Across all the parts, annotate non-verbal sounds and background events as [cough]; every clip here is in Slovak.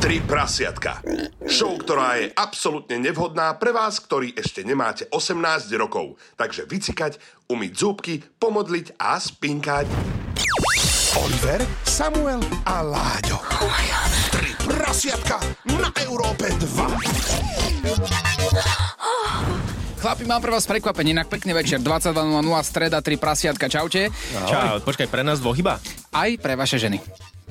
Tri prasiatka. Show, ktorá je absolútne nevhodná pre vás, ktorí ešte nemáte 18 rokov. Takže vycikať, umyť zúbky, pomodliť a spinkať. Oliver, Samuel a Láďo. Tri prasiatka na Európe 2. Chlapi, mám pre vás prekvapenie, inak pekný večer, 22.00, streda, 3 prasiatka, čaute, Čau, počkaj, pre nás dvoch iba? aj pre vaše ženy.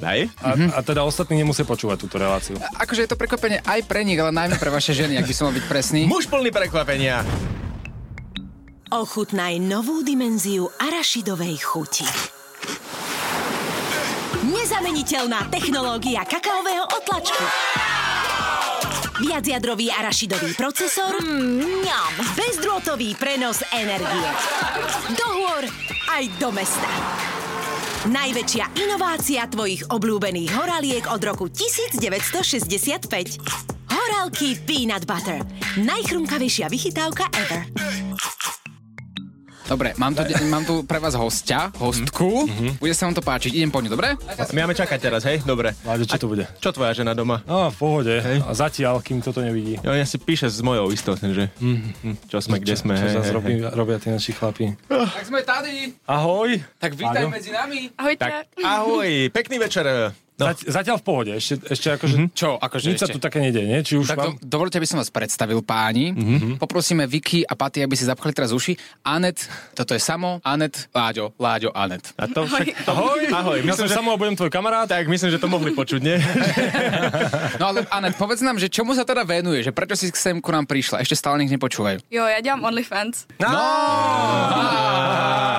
Hej? A, a teda ostatní nemusia počúvať túto reláciu. Akože je to prekvapenie aj pre nich, ale najmä pre vaše ženy, ak by som mal byť presný. Muž plný prekvapenia. Ochutnaj novú dimenziu arašidovej chuti. Nezameniteľná technológia kakaového otlačku. Viacjadrový arašidový procesor. Mm, ňam. Bezdrôtový prenos energie. Do hôr aj do mesta. Najväčšia inovácia tvojich obľúbených horaliek od roku 1965. Horálky Peanut Butter. Najchrumkavejšia vychytávka ever. Dobre, mám tu, mám tu pre vás hostia, hostku, bude sa vám to páčiť, idem po ňu, dobre? My máme čakať teraz, hej? Dobre. Láďo, čo to bude? Čo tvoja žena doma? No, v pohode. A zatiaľ, kým toto nevidí. Ja, ja si píše s mojou istou, že mm. čo sme, kde sme. Mhm. Čo hej, zase hej, robí, robia tí naši chlapi. Tak sme tady, Ahoj. tak vítaj Áno. medzi nami. Ahojte. hej. Ahoj, pekný večer. No. No, Zati- zatiaľ v pohode. Ešte, ešte akože... Mm-hmm. Čo, akože Nič sa ešte? tu také nedie, nie? Či už Tak do, vám... dovolte, aby som vás predstavil, páni. Mm-hmm. Poprosíme Vicky a Paty, aby si zapchali teraz uši. Anet, toto je Samo, Anet, Láďo, Láďo, Anet. a to však... To, ahoj. Ahoj, Ja som myslím, že... Samo a budem tvoj kamarát. Tak, myslím, že to mohli počuť, nie? No ale Anet, povedz nám, že čomu sa teda venuje, že prečo si sem ku nám prišla? Ešte stále nech nepočúvajú. Jo, ja ďam OnlyFans. No!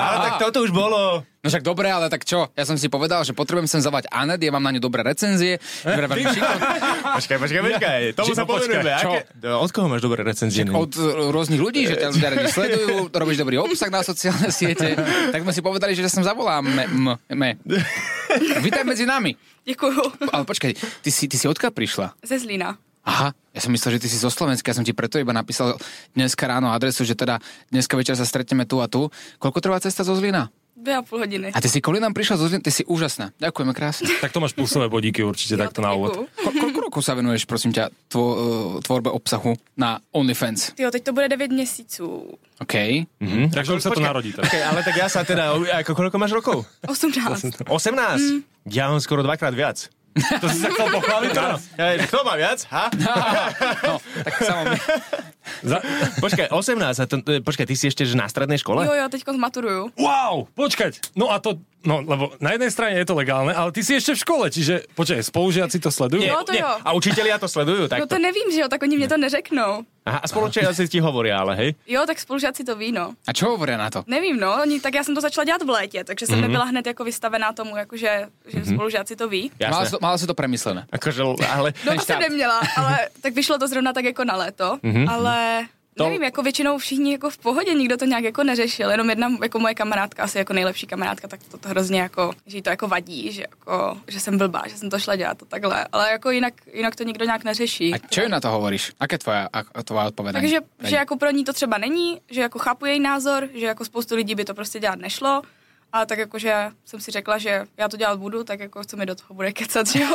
Ale tak toto už bolo. No však dobre, ale tak čo? Ja som si povedal, že potrebujem sem zavať Anet, ja mám na ňu dobré recenzie. je veľmi šikovná. Počkaj, počkaj, počkaj. Tomu Či- sa no, počkaj, povenujeme. čo? Aké... Od koho máš dobré recenzie? od eh, rôznych ľudí, že ťa ľudia radi sledujú, robíš dobrý obsah na sociálne siete, tak sme si povedali, že sem zavolám. Me, m, me. Vítaj medzi nami. Ďakujem. Ale počkaj, ty si, ty si odkiaľ prišla? [laughs] Ze Zlína. Aha, ja som myslel, že ty si zo Slovenska, ja som ti preto iba napísal dneska ráno adresu, že teda dneska večer sa stretneme tu a tu. Koľko trvá cesta zo Zlina? Dve a pol hodiny. A ty si kvôli nám prišla zo Zlina, ty si úžasná. Ďakujeme krásne. Tak to máš plusové bodíky určite Jo, takto na úvod. ďakujem. Ko- koľko rokov sa venuješ, prosím ťa, tvo, eh, tvorbe obsahu na OnlyFans? Tyjo, teď to bude 9 měsíců. OK. Hm? Takže už sa to Počkaj. narodí. Tak. Počkaj, ale tak ja sa teda... Ako, koľko máš [laughs] rokov? 18? 18. Ja mám skoro dvakrát viac. Mm. To si sa chcel pochváliť teraz? Ja, že kto má viac? [laughs] Ha? No, tak samo Za... Počkaj, 18. A to, to, počkaj, ty si ešte že na strednej škole? Jo, jo, teďko zmaturuju. Wow, počkať. No a to, no lebo na jednej strane je to legálne, ale ty si ešte v škole, čiže počkaj, spolužiaci to sledujú? Jo, No to nie. jo. A učitelia to sledujú No takto. to nevím, že jo, tak oni mě to neřeknou. Aha, a spolučiaci ti hovoria, ale hej. Jo, tak spolužáci to ví, no. A čo hovoria na to? Nevím, no, oni, tak já jsem to začala dělat v létě, takže jsem mm-hmm. nebyla hned jako vystavená tomu, jakože, že mm-hmm. spolužáci to ví. Mala Jasné. si, to, mala si to premyslené. Akože, ale... No Ten to štát. jsem neměla, ale tak vyšlo to zrovna tak jako na léto, mm-hmm. ale To- to... nevím, jako většinou všichni jako v pohodě, nikdo to nějak jako neřešil, jenom jedna jako moje kamarádka, asi jako nejlepší kamarádka, tak to, to hrozně jako, že jí to jako vadí, že jako, že jsem blbá, že jsem to šla dělat a takhle, ale jako jinak, jinak to nikdo nějak neřeší. A čo ju na to hovoríš? Aké je tvoja, ak- tvoja odpovedanie? Takže, že jako pro ní to třeba není, že jako chápu její názor, že jako spoustu lidí by to prostě dělat nešlo, ale tak jakože jsem si řekla, že já to dělat budu, tak jako co mi do toho bude kecat, že jo?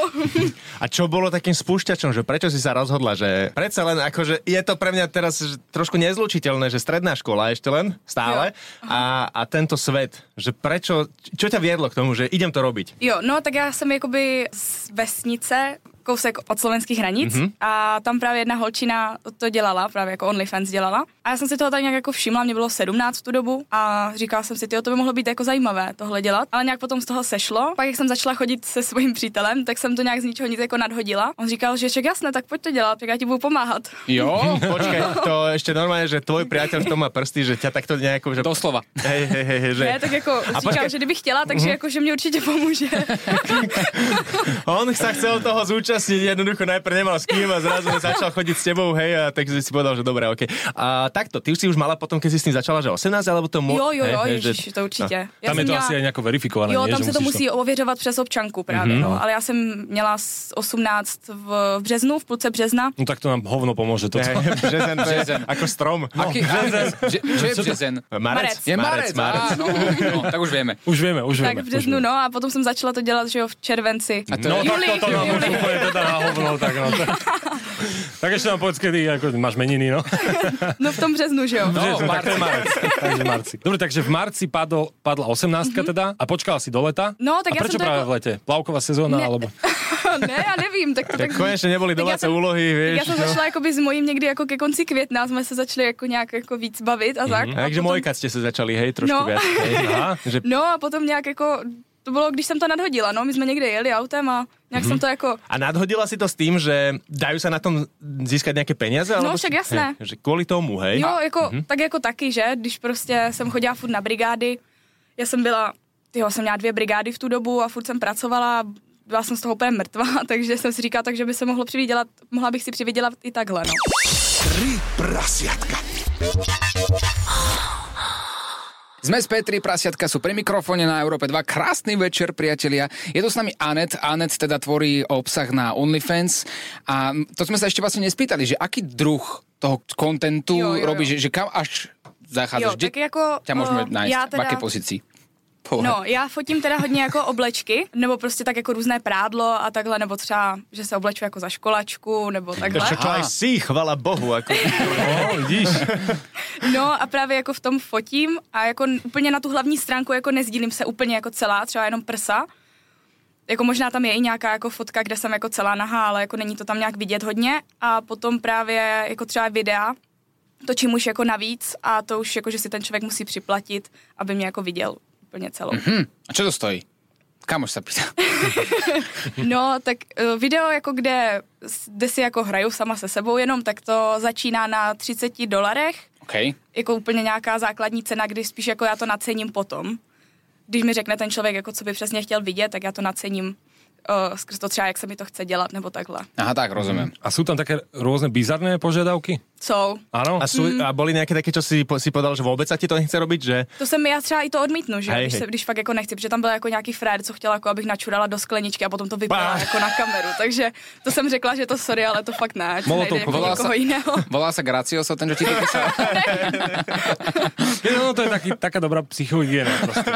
A čo bolo takým spúšťačom, že prečo si sa rozhodla, že predsa len akože je to pre mňa teraz že trošku nezlučiteľné, že stredná škola ešte len stále a, a tento svet, že prečo, čo ťa viedlo k tomu, že idem to robiť? Jo, no tak já jsem jakoby z vesnice, kousek od slovenských hranic Mhm. mm-hmm. a tam právě jedna holčina to dělala, právě jako OnlyFans dělala. A já jsem si toho tak nějak jako všimla, mě bylo 17 v tu dobu a říkala jsem si, tyjo, to by mohlo být jako zajímavé tohle dělat, ale nějak potom z toho sešlo. Pak jak jsem začala chodit se svým přítelem, tak jsem to nějak z ničeho nic jako nadhodila. On říkal, že však jasné, tak pojď to dělat, tak já ti budu pomáhat. [laughs] Jo, Počkaj, to ešte normálne, že tvoj priateľ v tom má prsty, že ťa takto nejako... Že... doslova. Hej, hej, hej, hej, že... Ne, tak jako počkej. Mhm. říkám, že kdybych chtěla, takže jako, že mě určitě pomůže. On sa chcel toho zúčastniť, jednoducho najprv nemal s kým a zrazu začal chodiť s tebou, hej, a tak si povedal, že dobre, OK. A takto, ty už si už mala potom, keď si s tým začala, že 18, alebo to... Mo- Jo, jo, jo, hej, hej, že- [laughs] No. ježiš, to určitě. Já Tam je jsem to měla- asi aj nejako verifikované, Jo, nie? tam Že se to musíš musí ověřovat přes občanku právě, no. Ale já jsem měla s 18 v v březnu, v půlce března. No tak to nám hovno pomôže toto. Hej, Březen, to je ako strom. No. Aký, že, čo je březen? Marec. Marec. Je marec, marec. Á, no, no, tak už vieme. Už vieme, už vieme. Tak v březnu, no, a potom jsem začala to dělat, že jo, v červenci. A to No je... tak toto nám už úplne teda na hovno, tak no. Tak, tak ešte nám povedz, kedy ako, máš meniny, no. No v tom březnu, že jo. No, Že- tak to Marci. je marec. Takže v marci. Dobre, takže v marci padol, padla 18 teda a počkala si do leta. Mhm. No, tak a ja prečo som to práve ako- v lete? Plavková sezóna, Ne. alebo... [laughs] ne, já nevím, tak to tak... Tak konečne neboli Tak ja domáce som- úlohy, vieš. Já jsem no. začala jakoby s mojím někdy jako ke konci května, jsme se začali jako nějak jako víc bavit a tak. A Takže potom- mojkať ste sa začali, hej, trošku No. viac. Hej, aha, že No a potom nějak jako, to bylo, když jsem to nadhodila, no, my jsme někde jeli autem a nějak jsem to jako, A nadhodila si to s tým, že dajú sa na tom získať nejaké peniaze? No, alebo však si- jasné. Hej, že kvôli tomu, hej? jo, jako, tak jako taky, že, když prostě jsem chodila furt na brigády, já jsem byla, tyjo, jsem měla dvě brigády v tu dobu a furt jsem pracovala, byla jsem z toho úplně mrtvá, [laughs] takže jsem si říkala, takže by se mohlo přivydělat, mohla bych si přivydělat i takhle, no. Tri prasiatka. Sme z Petri, prasiatka sú pri mikrofóne na Európe 2. Krásny večer, priatelia. Je tu s nami Anet. Anet teda tvorí obsah na OnlyFans. A to sme sa ešte vlastne nespýtali, že aký druh toho kontentu Jo, jo, jo. robíš, že, že kam až Jo, zachádzaš? Kde tak jako... ťa môžeme eh, nájsť? já V akej pozícii? Povedz. No, já fotím teda hodně jako oblečky, nebo prostě tak jako různé prádlo a takhle, nebo třeba, že se obleču jako za školačku, nebo takhle. Čo aj si, chvala Bohu. Ako... No, vidíš. No a právě jako v tom fotím a jako n- úplně na tu hlavní stránku jako nezdílím se úplně jako celá, třeba jenom prsa. Jako možná tam je i nějaká jako fotka, kde jsem jako celá nahá, ale jako není to tam nějak vidět hodně. A potom právě jako třeba videa, točím už jako navíc a to už jako, že si ten člověk musí připlatit, aby mě jako viděl úplně celou. A čo to stojí? Kamoš sa [laughs] pýta. No, tak eh, video, jako kde, s- kde si jako hraju sama se sebou jenom, tak to začíná na 30 dolarech, OK. jako úplně nějaká základní cena, kdy spíš jako já to nacením potom. Když mi řekne ten člověk, jako co by přesně chtěl vidět, tak já to nacením uh, skrz to třeba, jak se mi to chce dělat, nebo takhle. Aha, tak, rozumiem. A sú tam také rôzne bizarné požiadavky? Jsou. Áno? A, sú, Mhm. a boli nejaké také, čo si, po- si podal, že vôbec sa ti to nechce robiť, že... To jsem já třeba i to odmítnu, že? jo, Hej, když, hej. se, když fakt jako nechci, protože tam byl jako nějaký frér, co chtěl, jako abych načurala do skleničky a potom to vypadá Pá. jako na kameru. Takže to jsem řekla, že to sorry, ale to fakt ne. ať se Molotov, najde jako volala někoho se- jiného. Volá sa Gracioso, ten, čo ti to [laughs] písal. No, no to je taký, taká dobrá psychohygiena proste.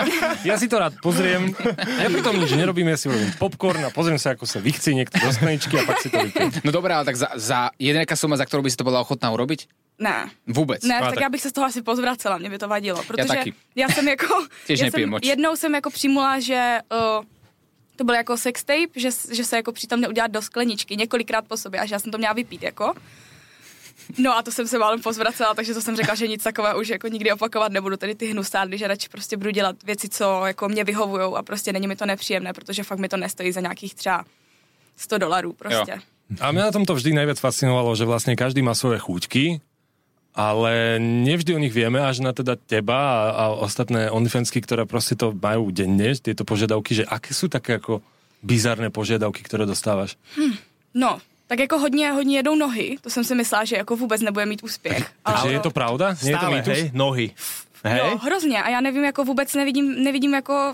Ja si to rád pozriem, ja pritom nič nerobím, ja si urobím popcorn a pozriem sa, ako sa vychci niekto do skleničky a pak si to vypijem. No dobré, ale tak za, za jedenka suma, za ktorú by si to bola ochotná urobiť? Ne. Vůbec. Ne, A tak, tak- já bych se z toho asi pozvracela, mě by to vadilo, protože taky. já jsem jako, [laughs] Těž já nepijem jsem, moc. jednou jsem jako přijmula, že uh, to byl jako sex tape, že, s- že se jako přítomně udělat do skleničky několikrát po sobě a že já jsem to měla vypít jako. No a to jsem se málem pozvracela, takže to jsem řekla, že nic takového už jako nikdy opakovat nebudu, tedy ty hnusárny, že radši prostě budu dělat věci, co jako mě vyhovujou a prostě není mi to nepříjemné, protože fakt mi to nestojí za nějakých třeba 100 dolarů prostě. Jo. A mňa na tomto vždy najviac fascinovalo, že vlastne každý má svoje chúťky, ale nevždy o nich vieme, až na teda teba a, a ostatné OnlyFansky, ktoré proste to majú denne, tieto požiadavky, že aké sú také ako bizarné požiadavky, ktoré dostávaš. No, tak jako hodně, hodně jedou nohy, to jsem si myslela, že jako vůbec nebude mít úspěch. [laughs] Takže je to pravda? Nie je to Stále, mýtus? hej, nohy. Jo, Hej? hrozně. A já nevím, jako vůbec nevidím, nevidím jako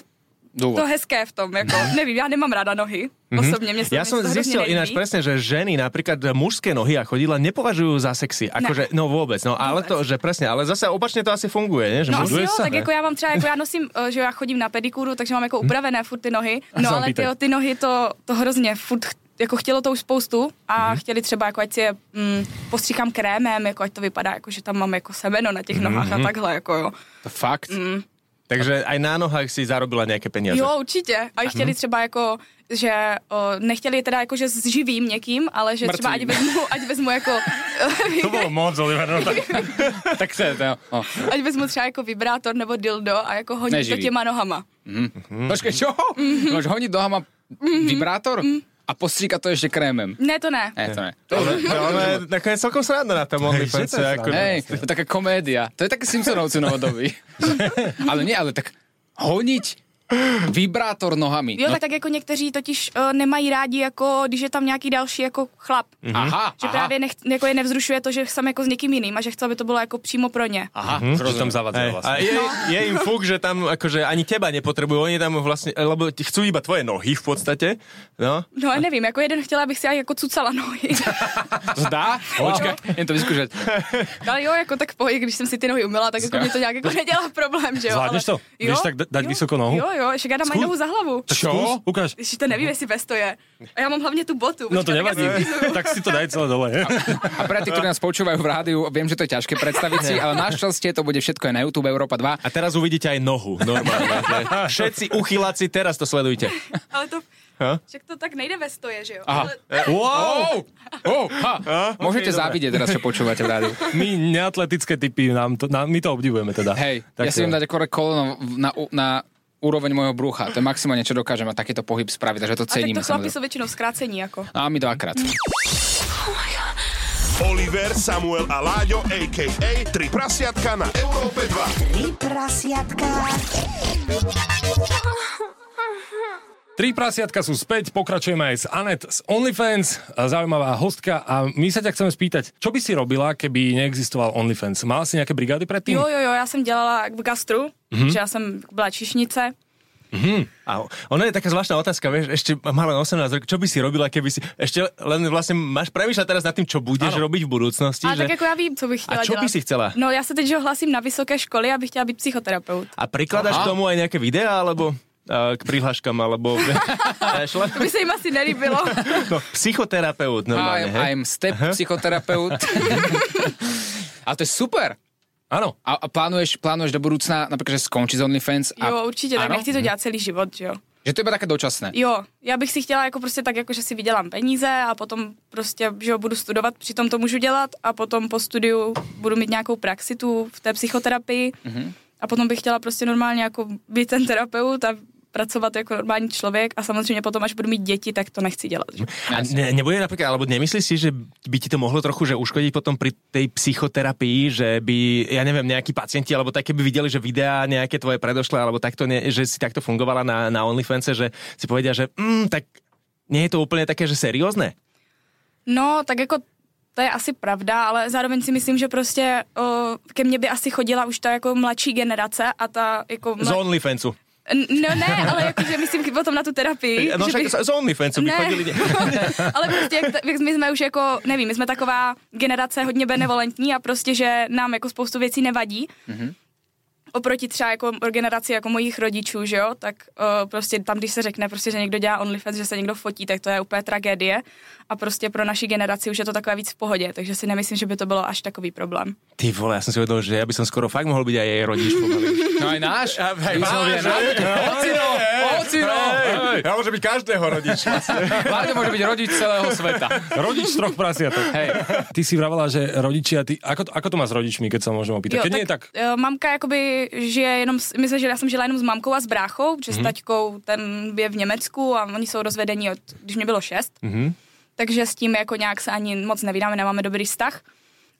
Dôvod. to hezké v tom. Jako, Mhm. nevím, já nemám ráda nohy. Osobně mě se Ja mě som to hrozně zistil nelíbí. ináč presne, že ženy napríklad mužské nohy a chodidla nepovažujú za sexy. Akože, no vôbec, no ale to, že presne, ale zase opačne to asi funguje, nie? Že No muž- asi jo, sa, tak ne? jako já mám třeba, jako já nosím, eh, že já chodím na pedikúru, takže mám jako upravené furt ty nohy. Mhm. se No vám ale pýtaj. tyjo, ty nohy to, to hrozně furt ch- jako chtělo to už spoustu a Mhm. chtěli třeba, jako ať si je mm, postříkám krémem, jako ať to vypadá, jako že tam mám jako semeno na Mhm, těch nohách a takhle, jako jo. To fakt? Mm. Takže aj na nohách si zarobila nejaké peniaze. Jo, určitě. A i chtěli třeba jako, že o, nechtěli teda jako, že s živým někým, ale že třeba ať Mrtvým. vezmu, ať vezmu [laughs] jako, To bolo moc, Oliver, no tak [laughs] Tak to je no. to. O. ať vezmu třeba jako vibrátor nebo dildo a jako hodit to Neživý. těma nohama. Počkej, čo? Môžeš honiť do hama vibrátor a postříka to ešte krémem. Ne, to ne. Ne, to ne. No, ale nakoniec celkom sranda na tom OnlyFans. že to je ako- Hej, to je taká komédia. To je také Simpsonovci novodobý. ale nie, ale tak honiť Vibrátor nohami. Jo, no. tak, tak jako někteří totiž uh, nemají rádi, jako když je tam nějaký další jako chlap. Mm-hmm. Aha, Že aha, právě nech, jako je nevzrušuje to, že jsem jako s někým jiným a že chce, aby to bylo jako přímo pro ně. aha. Že tam Hej, zavadzajú a vlastne. je, No. je im fúk, že tam akože ani teba nepotrebujú, oni tam vlastne, lebo ti chcú iba tvoje nohy v podstate, no. No a nevím, jako jeden chtěla, abych si já jako cucala nohy. [laughs] Zdá? Počkaj, jen to vyskúšať. Ale No jo, jako tak v pohodě, když jsem si ty nohy umyla, tak jako mě to nějak [laughs] jako nedělá problém, že jo. Zvládneš ale... to? Vieš tak da- dať jo, vysoko nohu? Jo, jo, ještě já dám mají Zkus. nohu za hlavu. Čo? Ukáž. Ještě to nevím, jestli bez to je. A já mám hlavně tu botu. No to počkej, tak já nevadí. si ukazuju. Tak si to daj celé dole. A pre tých, ktorí nás počúvajú v rádiu, viem, že to je ťažké predstaviť si, ale našťastie to bude všetko aj na YouTube Európa 2. A teraz uvidíte aj nohu, normálne. že [laughs] Všetci uchyláci, teraz to sledujte. Ale to... Ha? Však to tak nejde bez to je, že jo. Aha. Ale... E, Wow! Oh, ha. Môžete dobre. závidieť teraz, čo počúvate v rádiu. My neatletické typy, nám to, nám, my to obdivujeme teda. Hej, ja Tak, si viem dať akorát koleno v- na, u- na úroveň môjho brucha. To je maximálne, čo dokážem a takýto pohyb spraviť, takže to A tak cením. to chlapi samozrejme. jsou většinou zkrácení, jako. A my dvakrát. Oliver, Samuel a Láďo, a.k.a. Tri prasiatka na Európe 2. Tri prasiatka. Tri prasiatka sú späť, pokračujeme aj s Anet z OnlyFans, a zaujímavá hostka a my sa ťa chceme spýtať, čo by si robila, keby neexistoval OnlyFans? Mala si nejaké brigády predtým? Jo, jo, jo, já jsem dělala v gastru, mm-hmm. že já jsem byla čišnice. A ono je taká zvláštna otázka, vieš, ešte má len 18 rokov, čo by si robila, keby si, ešte len vlastne máš premýšľať teraz nad tým, čo budeš Áno. robiť v budúcnosti, Ale že... tak jako já vím, co bych chtěla A čo dělat. by si chcela? No já se teď že hlasím na vysoké školy, abych chtěla být psychoterapeut. A prikladaš Aha. k tomu aj nejaké videá, alebo eh, k prihláškam, alebo... Vieš, len- To by se jim asi nelíbilo. no, psychoterapeut I'm, normálne, hej? I'm step [laughs] psychoterapeut. a to je super. Áno. A, a plánuješ, plánuješ do budúcna napríklad, že skončí z OnlyFans? A, jo, určitě, tak Ano? nechci to dělat celý život, že jo. Že to je iba také dočasné. Jo, já bych si chtěla jako prostě tak, jako že si vydělám peníze a potom prostě, že jo, budu studovat, přitom to můžu dělat a potom po studiu budu mít nějakou praxi tu v té psychoterapii Mhm. mm-hmm. a potom bych chtěla prostě normálně jako být ten terapeut a pracovat jako normální člověk a samozřejmě potom, až budu mít děti, tak to nechci dělat. Že? A ne, nebude napríklad, alebo nemyslíš si, že by ti to mohlo trochu že uškodiť potom pri tej psychoterapii, že by, ja neviem, nejakí pacienti, alebo také by videli, že videá nejaké tvoje predošlé, alebo takto, ne, že si takto fungovala na, na OnlyFans, že si povedia, že mm, tak nie je to úplne také, že seriózne. No, tak jako to je asi pravda, ale zároveň si myslím, že prostě o, ke mně by asi chodila už ta jako mladší generace a ta jako... Z Mla... OnlyFansu. No ne, ale jakože myslím potom na tu terapii. [laughs] No že však bych- z OnlyFansu by Ne. chodili. [laughs] Ale prostě, jak, t- jak my jsme už jako, nevím, my jsme taková generace hodně benevolentní a prostě, že nám jako spoustu věcí nevadí. Mm-hmm. Oproti třeba jako generaci jako mojich rodičů, že jo, tak uh, prostě tam, když se řekne prostě, že někdo dělá OnlyFans, že se někdo fotí, tak to je úplně tragédie. A prostě pro naši generaci už je to takové víc v pohodě, takže si nemyslím, že by to bylo až takový problém. Ty vole, ja som si uvedomil, že ja by som skoro fakt mohol byť aj jej rodič. pomaly. No aj náš. hej, My sme váš, boli aj náš. Ocino, ocino. Hej, Ja môžem byť každého rodiča. Vláďo no. môže byť rodič celého sveta. Rodič z troch prasiatok. Hej. Ty si vravala, že rodičia, ty, ako, to- ako to má s rodičmi, keď sa môžem opýtať? keď nie, tak eh, mamka jakoby žije jenom, s- my jsme žili, já jsem žila jenom s mamkou a s bráchou, protože mm-hmm. s taťkou ten je v Německu a oni jsou rozvedení od, když mě bylo šest. Mm-hmm. Takže s tím jako nějak se ani moc nevídáme, nemáme dobrý vztah.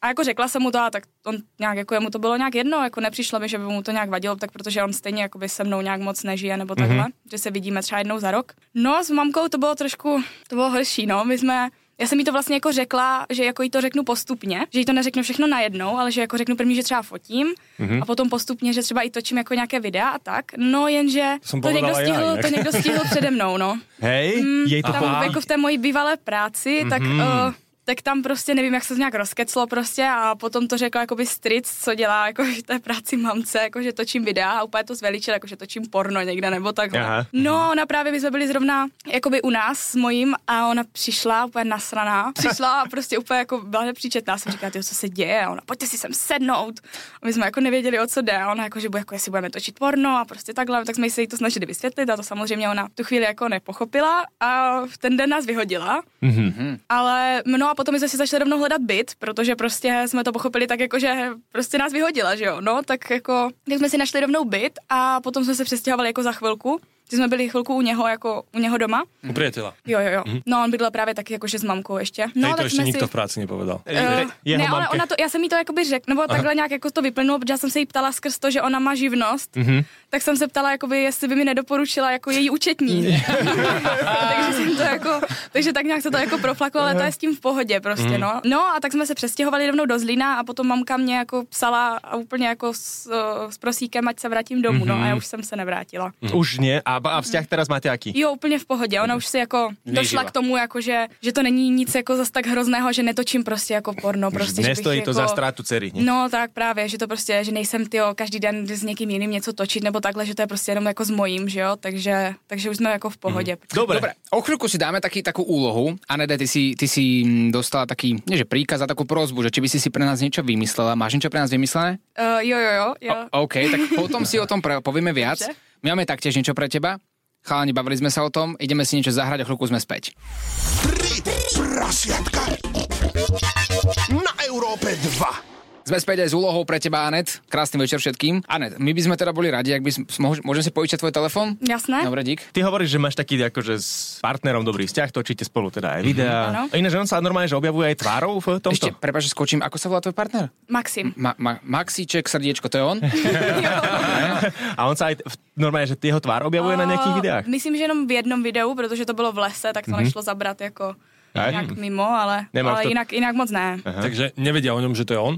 A jako řekla jsem mu to, a tak on nějak, jako jemu to bylo nějak jedno, jako nepřišlo mi, že by mu to nějak vadilo, tak protože on stejně jakoby se mnou nějak moc nežije nebo takhle, Mhm. mm-hmm. že se vidíme třeba jednou za rok. No s mamkou to bylo trošku, to bylo horší, no, my jsme, já jsem jí to vlastně jako řekla, že jako jí to řeknu postupně, že jí to neřeknu všechno najednou, ale že jako řeknu první, že třeba fotím Mhm. mm-hmm. a potom postupně, že třeba i točím jako nějaké videa a tak. No jenže jsem to někdo, povedala já stihl, jinak. to někdo stihl přede mnou, no Hej, jej to Mhm. tam jako v té mojí bývalé práci, mm-hmm. tak, uh, tak tam prostě nevím, jak se to nějak rozkeclo prostě a potom to řekl jakoby stric, co dělá jako v té práci mamce, jako že točím videa a úplně to zveličil, jako že točím porno někde nebo takhle. Aha. Aha. No, ona právě, my jsme byli zrovna jakoby u nás s mojím a ona přišla úplně nasraná. Přišla a prostě úplně jako byla nepříčetná. Jsem říkala, "Tyjo, co se děje? A ona, pojďte si sem sednout. A my jsme jako nevěděli, o co jde. A ona jako, že bude, jako, jestli budeme točit porno a prostě takhle. Tak jsme se jí to snažili vysvětlit a to samozřejmě ona tu chvíli jako nepochopila a v ten den nás vyhodila. Ale no a potom my jsme si začali rovnou hledat byt, protože prostě jsme to pochopili tak jako, že prostě nás vyhodila, že jo. No, tak jako, tak jsme si našli rovnou byt a potom jsme se přestěhovali jako za chvilku. Ty jsme byli chvilku u něho, jako u něho doma. U priateľa. Jo, jo, jo. No, on bydlel právě taky jakože s mamkou ještě. No, Mhm. No, Hej, to tak ešte jsme nikto v práci nepovedal. Eh, Jeho ne, ale mamke. ona to, já jsem jí to jakoby řekl, nebo takhle nějak jako to vyplynulo, protože já jsem se jí ptala skrz to, že ona má živnost, Mhm. tak jsem se ptala, jakoby, jestli by mi nedoporučila jako její [laughs] účetní. [laughs] takže jsem to jako, takže tak nějak se to jako proflaklo, ale to je s tím v pohodě Mhm. prostě, no. No a tak jsme se přestěhovali rovnou do Zlína a potom mamka mě jako psala a úplně jako s, eh, s prosíkem, ať se vrátím domů, no a Mhm. já už jsem se nevrátila. Už nie. A, a vzťah teraz máte aký? Jo, úplně v pohodě. Ona už si jako došla k tomu, jako že, že to není nic jako zas tak hrozného, že netočím prostě jako porno. Prostě, že bych Nestojí to jako... za ztrátu dcery. nie? No tak právě, že to prostě, že nejsem tyjo, každý den s někým jiným něco točit nebo takhle, že to je prostě jenom jako s mojím, že jo, takže, takže už jsme jako v pohodě. Mm. Dobre. Dobre, o chvíľku si dáme taký, takú úlohu. Anede, ty si, ty si mm, dostala taký, nie že príkaz, a takú prozbu, že či by si si pre nás niečo vymyslela. Máš niečo pre nás vymyslené? Uh, jo, jo, jo, jo. O, OK, tak potom si o tom pre, povieme viac. Dobre. My máme taktiež niečo pre teba. Chalani, bavili sme sa o tom, ideme si niečo zahrať, o chvíľku sme späť. Prasiatka na Európe 2. Sme späť aj s úlohou pre teba, Anet. Krásny večer všetkým. Anet, my by sme teda boli radi, ak by sme... mož- Môžem si požičať tvoj telefón? Jasné? Dobre, dík. Ty hovoríš, že máš taký akože s partnerom dobrý vzťah, točíte spolu teda aj Áno. videá. Ináč on sa normálne, že objavuje aj tvárou v tomto. Ešte, prepáč, že skočím, ako sa volá tvoj partner? Maxim. [laughs] Ma, ma, Maxíček, srdiečko, to je on? [laughs] A on sa aj v- normálne, že jeho tvár objavuje na nejakých Eh, videách. Mhm. Myslím, že jenom v jednom videu, protože to bylo v lese, tak to nešlo zabrat jako Aj. nějak mimo, ale, Nemáš ale to- jinak, jinak moc ne. Aha. Takže nevedia o ňom, že to je on?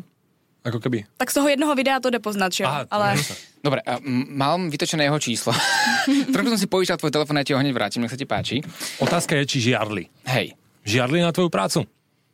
Ako keby. Tak z toho jednoho videa to jde poznat, že jo, Aha, to ale... neviem sa. Dobre, a m- mám vytočené jeho číslo. [laughs] Trošku som si požičal tvoj telefón, ja ti ho hneď vrátim, nech sa ti páči. Otázka je, či žiarli. Hej, Žiarli na tvoju prácu.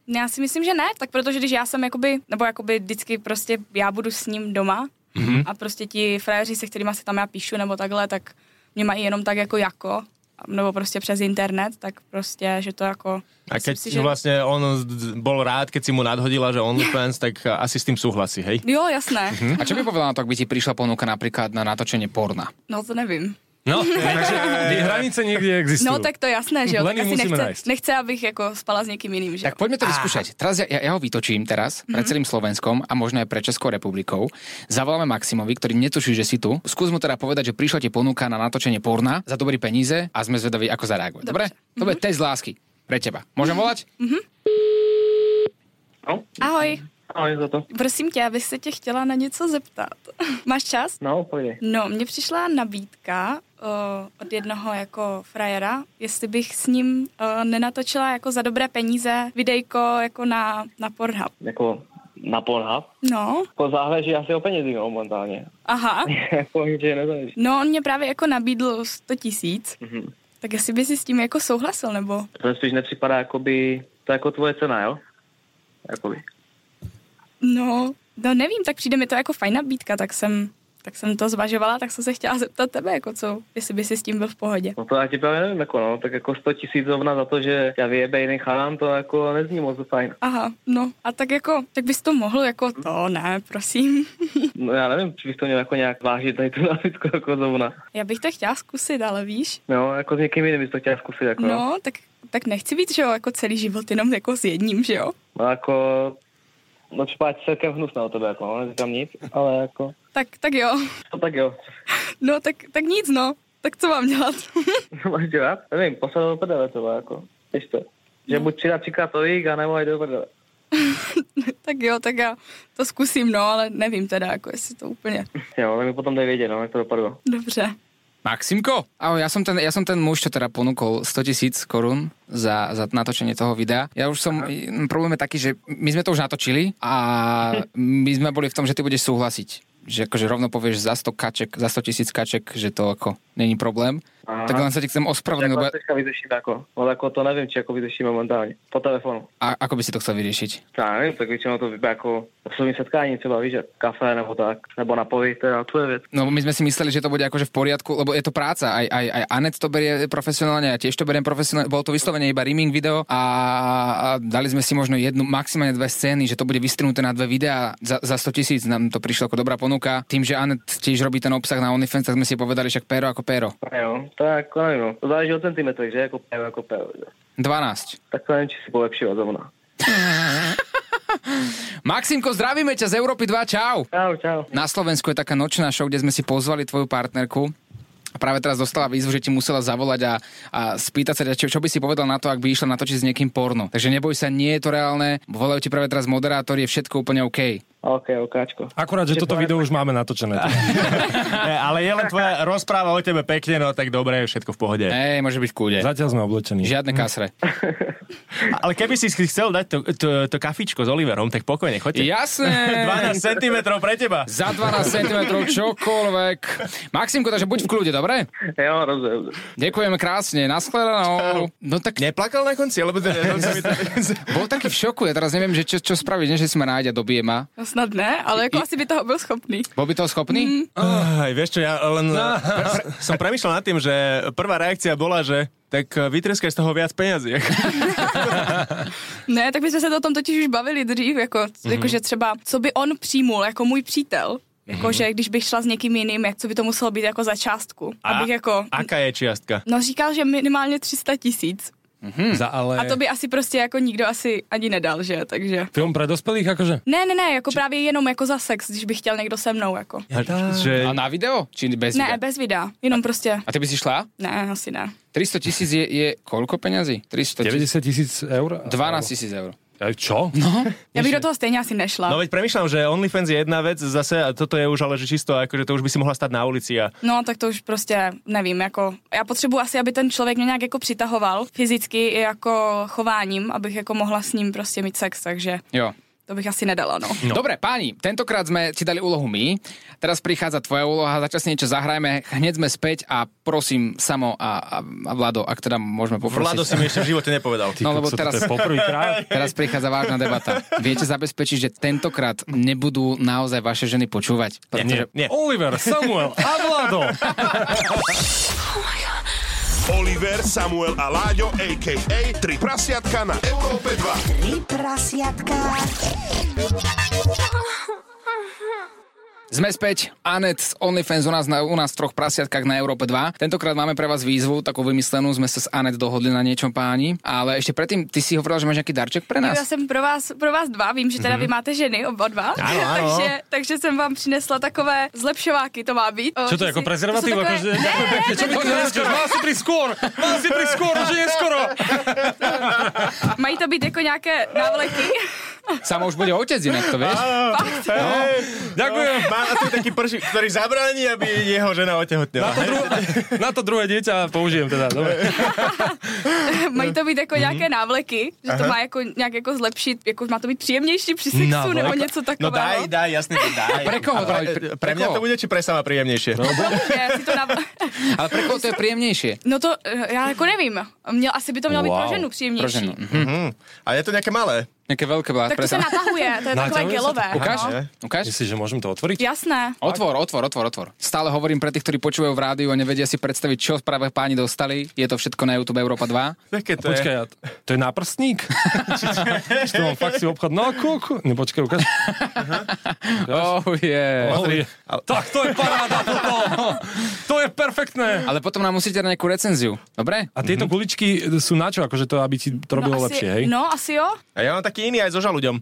Já si myslím, že ne, tak protože když já jsem jakoby, nebo jakoby vždycky prostě já budu s ním doma Mhm. mm-hmm. a prostě ti frajeři, se kterými si tam já píšu nebo takhle, tak mě mají jenom tak jako jako, nebo prostě přes internet, tak prostě, že to jako... A myslím keď si, si, vlastne on z- z- bol rád, keď si mu nadhodila, že OnlyFans, tak asi s tým súhlasí, hej? Jo, jasné. Mhm. a čo by povedala na to, ak by ti prišla ponuka napríklad na natočenie porna? No to nevím. No, takže tie hranice niekde existujú. No [laughs] tak to jasné, že jo. Len tak ji asi musíme nechce, nájsť. nechce, abych jako spala s někým jiným, že jo. Tak poďme to vyskúšať. Teraz ja, ja ho vytočím teraz pred celým Slovenskom a možno aj pre Českou republikou. Zavoláme Maximovi, ktorý netuší, že si tu. Skús mu teda povedať, že prišla ti ponuka na natočenie porna za dobrý peníze a sme zvedaví, ako zareaguje. Dobre? To bude test lásky pre teba. Môžem volať? Ahoj, Ahoj No, za to. prosím tě, abych se tě chtěla na něco zeptat. [laughs] Máš čas? No, povídej. No, mně přišla nabídka uh, od jednoho jako frajera, jestli bych s ním uh, nenatočila jako za dobré peníze videjko jako na, na Pornhub. Jako na Pornhub. No, Jako záleží asi o penězích no, [laughs] momentálně. aha. jako ničeho nezáleží. No, on mě právě jako nabídl 100 tisíc, tak jestli by si s tím jako souhlasil, nebo? To mi spíš nepřipadá jakoby, to je jako tvoje cena, jo? Jakoby. No, no nevím, tak přijde mi to jako fajn nabídka, tak jsem, tak jsem to zvažovala, tak jsem se chtěla zeptat tebe, jako co, jestli by si s tím byl v pohodě. No to já ti právě nevím, jako no, tak jako 100 tisíc zrovna za to, že já vyjebe jiný chalám, to jako nezní moc fajn. Aha, no a tak jako, tak bys to mohl jako to, ne, prosím. [laughs] No já nevím, či bych to měl jako nějak vážit tady tu [laughs] nabídku jako zrovna. Já bych to chtěla zkusit, ale víš, No, jako s někým jiným bys to chtěl zkusit, jako no. No, tak, tak nechci být, že jo, jako celý život jenom jako s jedním, že jo? no jako, no připadá ti celkem hnusná o tebe, jako no, neříkám nic, ale jako, Tak, tak jo. [laughs] to tak jo. No, tak, tak nic, no. Tak co mám dělat? [laughs] Co máš dělat? Nevím, poslat do prdele to jako. Víš to? No. Že buď přidat třikrát tolik, anebo jde do prdele. tak jo, tak já to zkusím, no, ale nevím teda, jako jestli to úplně. Jo, tak mi potom dej vědět, no, jak to dopadlo. Dobře. Maximko? Ahoj, ja som ten, ja som ten muž, čo teda ponúkol 100 tisíc korún za, za natočenie toho videa. Ja už som, m, problém je taký, že my sme to už natočili a my sme boli v tom, že ty budeš súhlasiť. Že akože rovno povieš za 100 kaček, za 100 tisíc kaček, že to ako není problém. Aha. Aha. Tak len sa ti chcem ospravedlniť, Jak lebo vás ja- teďka vyřešíme, jako? No, jako to nevím, či jako vyřešíme momentálně. Po telefonu. a, ako by si to chcel vyriešiť? Já nevím, tak většinou to vypadá jako osobní setkání třeba, víš, že kafe nebo tak, nebo na povyk, to je na tvoje věc. No my sme si mysleli, že to bude akože v poriadku, lebo je to práca. Aj, aj, aj Anet to berie profesionálne, ja tiež to beriem profesionálne. Bolo to vyslovene iba rimming video a, a dali sme si možno jednu, maximálne dve scény, že to bude vystrnuté na dve videá. Za, za 100 tisíc nám to prišlo ako dobrá ponuka. Tým, že Anet tiež robí ten obsah na OnlyFans, tak sme si povedali však péro ako péro. A jo, to je jako nevím, no. To záleží o centimetrech, že? Jako péro, jako péro, že? 12. Tak to nevím, či si polepšilo zrovna. Maximko, zdravíme ťa z Európy 2, čau! Čau, čau. No. Na Slovensku je taká nočná show, kde sme si pozvali tvoju partnerku A práve teraz dostala výzvu, že ti musela zavolať a, a spýtať sa, ťa, čo, čo by si povedal na to, ak by išla natočiť s niekým porno. Takže neboj sa, nie je to reálne. Volajú ti práve teraz moderátori, je všetko úplne OK. OK, okáčko. Akurát, že toto video už máme natočené. Ne, Eh, ale je len tvoja rozpráva o tebe pekne, no tak dobre, je všetko v pohode. Eh. Hej, môže byť v kúde. Zatiaľ sme oblečení. Žiadne kasre. Ale keby si si chcel dať to, to, to kafičko s Oliverom, tak pokojne, choďte. Jasné. 12 cm pre teba. Za 12 cm čokoľvek. Maximko, takže buď v kľude, dobre? [laughs] Jo, rozumiem. Ďakujeme krásne, nashledanou. No tak Neplakal na konci, lebo to [laughs] bol taký v šoku, ja teraz neviem, že čo, čo spraviť, než si ma nájde, dobije ma. No snad ne, ale jako asi by toho byl schopný. Bol by toho Mm. schopný? Aj, vieš čo, ja len No. pre, som premyšľal nad tým, že prvá reakcia bola, že tak eh, vytreskaj z toho viac peňazí. [laughs] Ne, tak my jsme se to o tom totiž už bavili dřív, jako, mm-hmm. jako že třeba, co by on přijmul jako můj přítel. Jako, mm-hmm. že když bych šla s někým jiným, jak co by to muselo být jako za částku. A, abych jako... Aká je čiastka? No říkal, že minimálně 300 tisíc. Za ale... A to by asi prostě jako nikdo asi ani nedal, že? Takže... Film pre dospelých akože? Ne, ne, ne, jako Či... právě jenom jako za sex, když by chtěl někdo se mnou, jako. Ja, že, A na video? Či bez Ne, videa? bez videa, jenom prostě, A ty by si šla? ne, asi ne. 300 tisíc je, je koľko peňazí? 300 tisíc? 90 tisíc eur? 12 tisíc eur. Alebo- Čo? Já bych do toho stejně asi nešla. No veď premyšľam, že OnlyFans je jedna vec zase, a toto je už ale že čisto, akože to už by si mohla stať na ulici a No, tak to už prostě nevím, jako já potřebuji asi, aby ten člověk mě nějak jako přitahoval fyzicky i jako chováním, abych jako mohla s ním prostě mít sex, takže Jo. to bych asi nedala, no. No. Dobre, páni, tentokrát sme ti dali úlohu my, teraz prichádza tvoja úloha, začas niečo zahrajme, hneď sme späť a prosím Samo a, a, a Vlado, ak teda môžeme poprosiť. Vlado si mi ešte v živote nepovedal. No lebo Kokso, teraz, toto je [laughs] poprvýkrát. teraz prichádza vážna debata. Viete zabezpečiť, že tentokrát nebudú naozaj vaše ženy počúvať? Pretože... Nie. Oliver, Samuel a Vlado. Oliver, Samuel a Láďo, a.k.a. Tri prasiatka na Európe 2. Tri prasiatka. Sme späť, Anet z OnlyFans u nás, na, u nás v troch prasiatkách na Európe 2. Tentokrát máme pre vás výzvu, takú vymyslenú, sme sa s Anet dohodli na niečom páni, ale ešte predtým, ty si hovorila, že máš nejaký darček pre Já nás. jsem pro vás, pro vás dva, vím, že teda vy máte ženy, oba dva, Mhm. [laughs] Ano, ano. takže, takže jsem vám přinesla takové zlepšováky, to má být. O, Čo to že je, ako si- prezervatív? to jsou Akože, takové- ďakujem pekne, čo mi to nerazíš? Mal si pri skôr, mal si pri skôr, že neskoro. Mají to být jako nějaké návleky. [laughs] Samo už bude otec inak, to vieš? [laughs] Ďakujem. Má na to taký pršik, ktorý zabráni, aby jeho žena otehotnila. Na to, druhé, na to druhé dieťa použijem teda. Dobre. Mají to být Mhm. jako nějaké návleky, že to má jako nějak jako zlepšit, jako má to být příjemnější při sexu Návlek. nebo něco No takového. daj, daj, jasne, že daj. Pre koho to- Pre, pre- pre pre mňa koho? to bude či pre sama príjemnejšie? No, Ne, si [laughs] to nav... Ale pre koho to je príjemnejšie? No to eh, já jako nevím. Měl, asi by to mělo být Wow, pro ženu příjemnější. Pro ženu. Mhm. a je to nejaké malé. Nejaké veľké blá. Tak to se natahuje, [laughs] to je takové Natahuje se to? gelové. Ukáž? No. Ukáž? Myslíš, že môžem to otvoriť? Jasné. Otvor, otvor, otvor, otvor. Stále hovorím pre tých, ktorí počúvajú v rádiu a nevedia si predstaviť, čo práve páni dostali. Je to všetko na YouTube Európa 2. Také to Počkaj, No, je. ja- to je [laughs] náprstník? Čo to mám fakt si obchod? No, kúku. Ne, počkaj, ukáž. Hm. Oh yeah. Pozri. Tak to je paráda toto. To je perfektné. Mhm. Ale potom nám musíte dať nejakú recenziu. Dobre? A tieto guličky sú na čo? Akože to, aby ti to robilo asi, lepšie, hej? no, asi jo. A ja mám taký iný aj so žaluďom.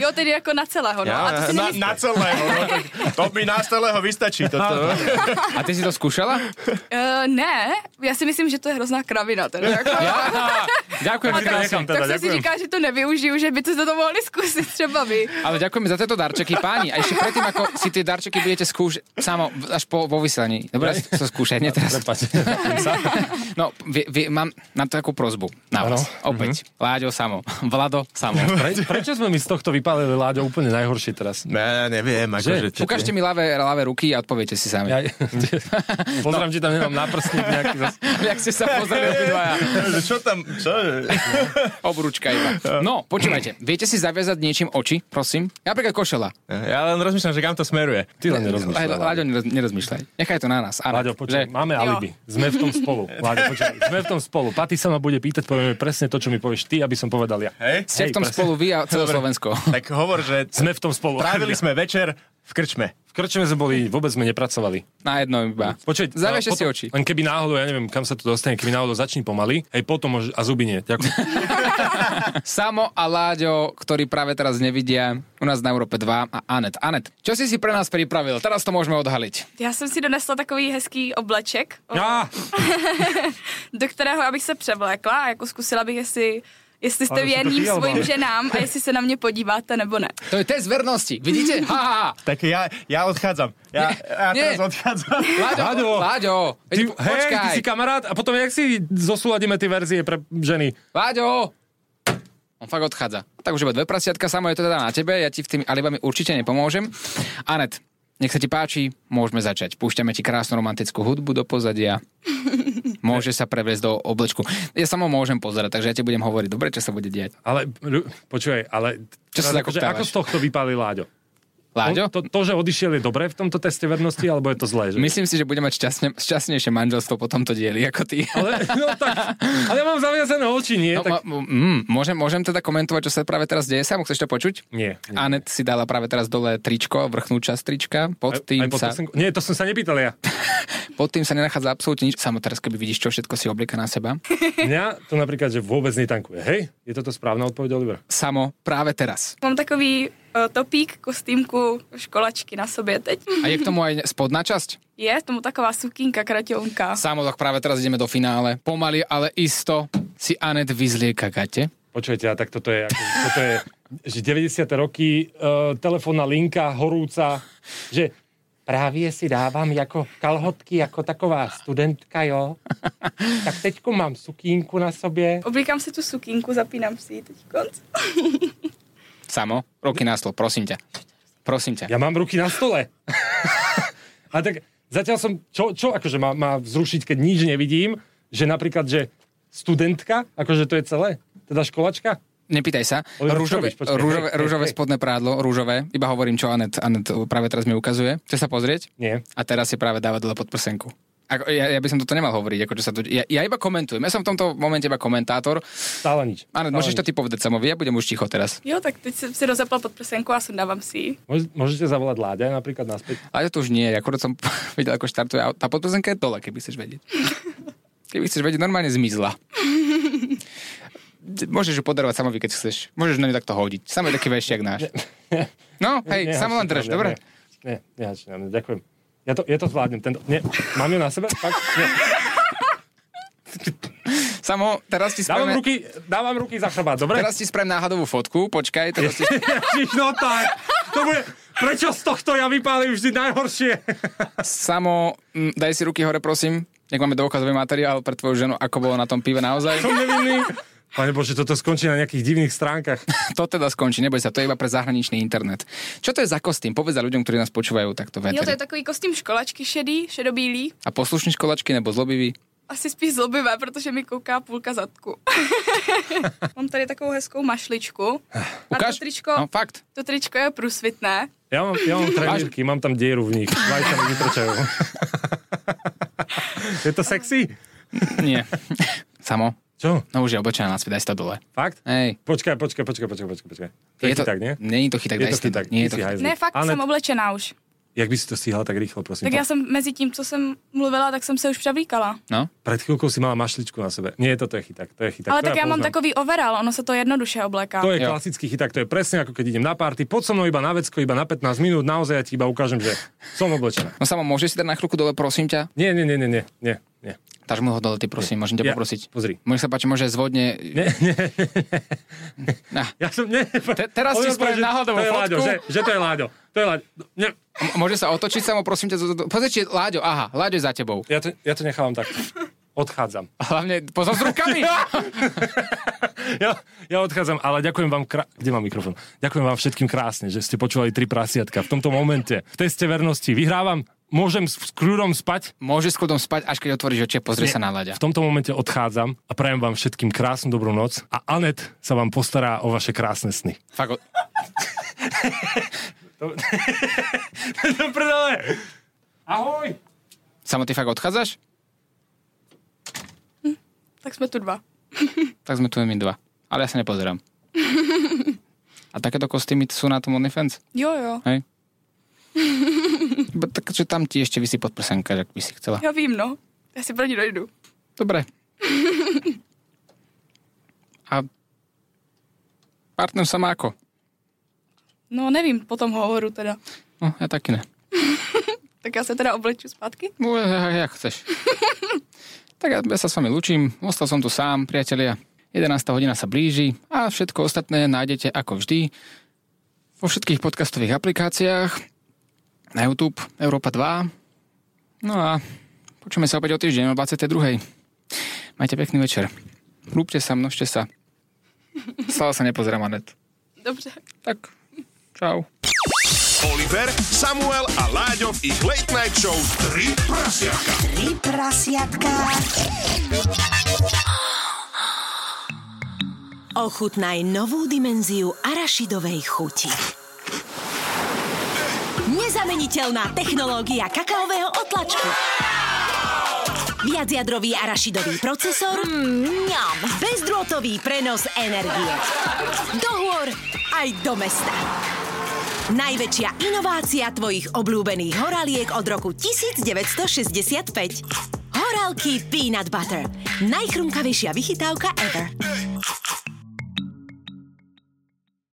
Jo, tedy jako na celého. No. A to si na, nemyslí- na celého. No, tak to by na celého vystačí. Toto. A ty si to skúšala? Eh, ne, já si myslím, že to je hrozná kravina. Teda, jako. [laughs] Ja, ďakujem A ti tak, krásne. teda, tak jsem si říká, že to nevyužiju, že by to to mohli zkusit třeba vy. Ale ďakujeme za tieto darčeky, páni. A ešte predtým, ako si tie darčeky budete skúšať, samo až po, vo vysielaní. Dobre, to skúšaj, nie teraz. No, vy, vy, mám na to takú prozbu na vás. Mhm. Opäť. Láďo samo. Vlado [laughs] samo. Pre, prečo sme mi z tohto vypálili Láďo úplne najhorší teraz? Ne, neviem. Akože, čo- Ukážte mi ľavé, ľavé ruky a odpoviete si sami. [laughs] Ja, pozrám, či tam nemám náprstník nejaký. Zas... [laughs] Jak ste sa pozreli obidvaja. [laughs] Že Čo tam? Čo? Obručka iba. No, počúvajte. Viete si zaviazať niečím oči, prosím? Napríklad košela. Ja len rozmýšľam, že kam to smeruje. Ty len nerozmýšľaj. Láďo, Láďo, neroz- nerozmýšľaj. Nechaj to na nás. Áno. Láďo, počkaj, máme alibi. Sme v tom [laughs] spolu. Láďo, počkaj, sme v tom spolu. Paty sa ma bude pýtať, povieme presne to, čo mi povieš ty, aby som povedal ja. Hej? Ste v tom presne. spolu vy a celé Slovensko. [laughs] Tak hovor, že [laughs] Sme v tom spolu. trávili sme večer v krčme. V Krčeme sme boli, vôbec sme nepracovali. Na jedno iba. Počkaj, Zavešte si a no, potom- oči. Len keby náhodou, ja neviem, kam sa to dostane, keby náhodou začni pomaly, hej, potom môže, a zuby nie. [laughs] Ďakujem. Samo a Láďo, ktorí práve teraz nevidia, u nás na Európe 2 a Anet. Anet, čo si si pre nás pripravil? Teraz to môžeme odhaliť. Já jsem si donesla takový hezký obleček, Á, do kterého abych se převlékla a jako zkusila bych, jestli, jestli jste Ale jsi to věrní chtěl, svým ale. ženám a jestli se na mě podíváte nebo ne. To je test vernosti, vidíte? Ha, ha, ha. Tak ja, ja odchádzam. Ja, ja Nie. teraz odchádzam. Láďo, Láďo, Láďo. Láďo ty, veď po- hej, ty počkaj. si kamarát a potom jak si zosúladíme tie verzie pre ženy? Láďo! On fakt odchádza. Tak už iba dve prasiatka, samo je to teda na tebe, ja ti v tými alibami určite nepomôžem. Anet, nech sa ti páči, môžeme začať. Púšťame ti krásnu romantickú hudbu do pozadia. Môže sa prevesť do oblečku. Ja samo môžem pozerať, takže ja ti budem hovoriť dobre, čo sa bude diať. Ale, Ru- počúvaj, ale... Čo sa akože, zakoptávaš? ako z tohto vypálil Láďo? Láďo? To, to, že odišiel je dobré v tomto teste vernosti, alebo je to zlé? Že? Myslím si, že budeme mať šťastne, šťastnejšie manželstvo po tomto dieli ako ty. Ale, no, tak, ale ja mám zaviazané oči, [laughs] nie? No, ma- tak... mm, môžem, môžem teda komentovať, čo sa práve teraz deje? Samo, chceš to počuť? Nie. nie. Anet si dala práve teraz dole tričko, vrchnú časť trička, pod tým pod sa... prsenkou- Nie, to som sa nepýtal ja. Pod tým sa nenachádza absolútne nič. Samo teraz, keby vidíš, čo všetko si oblieka na seba. Mňa to napríklad, že vôbec netankuje. Hej, je toto správna odpoveď, Oliver? Samo práve teraz. Mám takový eh, topík, kostýmku, školačky na sobě teď. A je k tomu aj spodná časť? Je tomu taková sukínka, kraťounka. Samo, tak práve teraz ideme do finále. Pomaly, ale isto si Anet vyzlieka gate. Počujete, a tak toto je, ako, toto je že 90. roky, uh, telefónna linka horúca, že právě si dávám jako kalhotky, jako taková studentka, jo. Tak teďko mám sukínku na sobě. Oblíkám si tu sukínku, zapínám si ji teď konc. [laughs] Samo, ruky na stôl, prosím ťa. Prosím ťa. Ja mám ruky na stole. a tak zatiaľ som, čo, čo akože má, má vzrušiť, keď nič nevidím, že napríklad, že studentka, akože to je celé, teda školačka, Nepýtaj sa. Oliver, Rúžové, čo robíš? Počkaj, rúžové, hej, hej, rúžové hej. spodné prádlo, rúžové. Iba hovorím, čo Anet, Anet práve teraz mi ukazuje. Chce sa pozrieť? Nie. A teraz si práve dáva dole pod prsenku. Ako, ja, ja, by som toto nemal hovoriť. Ako, čo sa tu, ja, ja, iba komentujem. Ja som v tomto momente iba komentátor. stále nič. Anet, Stále môžeš to nič. ty povedať samovi. Ja budem už ticho teraz. Jo, tak teď jsem si rozepla pod prsenku a sundávám si ji. Môž- Môžete zavolať Láďa napríklad naspäť. Ale to už nie, akorát som [laughs] videl, ako štartuje. aut- Tá podprsenka je dole, keby chceš [laughs] vedieť. Keby chceš vedieť, normálne zmizla. Môžeš ju podarovať samovi, keď chceš. Môžeš na ňu takto hodiť. Samo je taký vešiak [laughs] náš. No, hej, Nehačte samo len na drž, mňa, dobre? Nie, nie, nehačte na mňa, ďakujem. Ja to, ja to zvládnem. Tento, nie, mám ju na sebe? Fakt? Nie. Samo, teraz ti Dávam, spravíme... ruky, dávam ruky za chrbát, dobre? Teraz ti spravím náhadovú fotku, počkaj, teraz ti... [laughs] Ježiš, no tak. To bude, prečo z tohto ja vypálim vždy najhoršie? Samo, mm, daj si ruky hore, prosím. Nech máme dôkazový materiál pre tvoju ženu, ako bolo na tom pive [laughs] naozaj. Som nevinný. Pane Bože, toto skončí na nejakých divných stránkach. To teda skončí, neboj sa, to je iba pre zahraničný internet. Čo to je za kostým? Povedz za ľuďom, ktorí nás počúvajú takto v Jo, to éteri. je takový kostým školačky šedý, šedobílý. A poslušní školačky nebo zlobivý? Asi spíš zlobivé, protože mi kouká půlka zadku. Mám tady takovou hezkou mašličku. A to Ukáž? tričko, No, fakt. to tričko je průsvitné. Ja mám, ja mám trenírky, mám tam dieru v nich. Vajca mi [laughs] vytrčajú. Je to sexy? Nie. [laughs] Samo. Čo? No už je oblečená na svet, daj si to dole. Fakt? Hej. Počkaj, počkaj, počkaj, počkaj, počkaj, počkaj. To je, chyták, nie? Není to chyták, Je daj to si to chyták. Nie je ty to si chyták. hajzlík. Ne, fakt Ale jsem oblečená už. jak by si to stíhala tak rýchlo, prosím? Tak po- já jsem mezi tím, co jsem mluvila, tak jsem se už převlíkala. No, Pred chvíľkou si mala mašličku na sebe. Nie, toto je chyták, to je chyták. Ale to tak já mám teda poznám. takový overall, ono se to jednoduše obléká. To je Jo. klasický chyták, to je presne ako keď idem na party, poď so mnou iba na vecko, iba na 15 minút, naozaj ja ti iba ukážem, že som oblečená. no samo, môžeš si dať na chvíľku dole, prosím ťa? Nie, nie, nie, nie, nie, nie, nie. Dáš mu ho dole, ty prosím, môžem ťa Ja- poprosiť. pozri. Môžeš sa páči, môže zvodne... Ah, Nie, [laughs] nie, Na, ja som, nie. Te- teraz ti Oliver povie, spravím že náhodovú to je fotku. Láďo, že, že to je Láďo, to je Láďo. No, Nie, M- môže sa otočiť samo, prosím ťa. zo- zo- Pozri, či je Láďo, aha, Láďo je za tebou. ja to, ja to nechávam tak. Odchádzam. [laughs] A Hlavne, pozor s rukami! Ja, ja odchádzam, ale ďakujem vám... Krá... Kde mám mikrofón? Ďakujem vám všetkým krásne, že ste počúvali tri prasiatka v tomto momente. V teste vernosti vyhrávam, môžem s, s krúrom spať, Môžeš s kľudom spať, až keď otvoríš oči a pozrieš sa na Láďa. V tomto momente odchádzam a prajem vám všetkým krásnu dobrú noc a Anet sa vám postará o vaše krásne sny. Fakt, o- Do prdele! Ahoj! samo, ty fakt odchádzaš? Tak jsme tu dva. Tak sme tu my dva. Ale ja sa nepozerám. A takéto kostýmy sú na tom OnlyFans? Jo, jo. Hej. Bo Takže tam ti ešte vysí podprsenka, ak by si chcela. Já vím, no. Já si pro ní dojdu. Dobre. A partner sa má ako? No nevím, potom hovoru teda. No, ja taky ne. Tak já se teda obleču zpátky. No, ja- jak chceš. tak ja ja sa s vami lučím, ostal som tu sám, priatelia. 11. hodina sa blíži a všetko ostatné nájdete ako vždy vo všetkých podcastových aplikáciách, na YouTube, Európa 2. No a počujeme sa opäť o týždeň o 22. Majte pekný večer. Lúpte sa, množte sa. Stále sa nepozerám na net. Dobře. Tak, čau. Oliver, Samuel a Láďo v ich Late Night Show 3 prasiatka. Tri prasiatka. Ochutnaj novú dimenziu arašidovej chuti. Nezameniteľná technológia kakaového otlačku. Viacjadrový arašidový procesor. Mňam. Bezdrôtový prenos energie. Do hôr aj do mesta. Najväčšia inovácia tvojich obľúbených horaliek od roku 1965. Horálky Peanut Butter. Najchrumkavejšia vychytávka ever.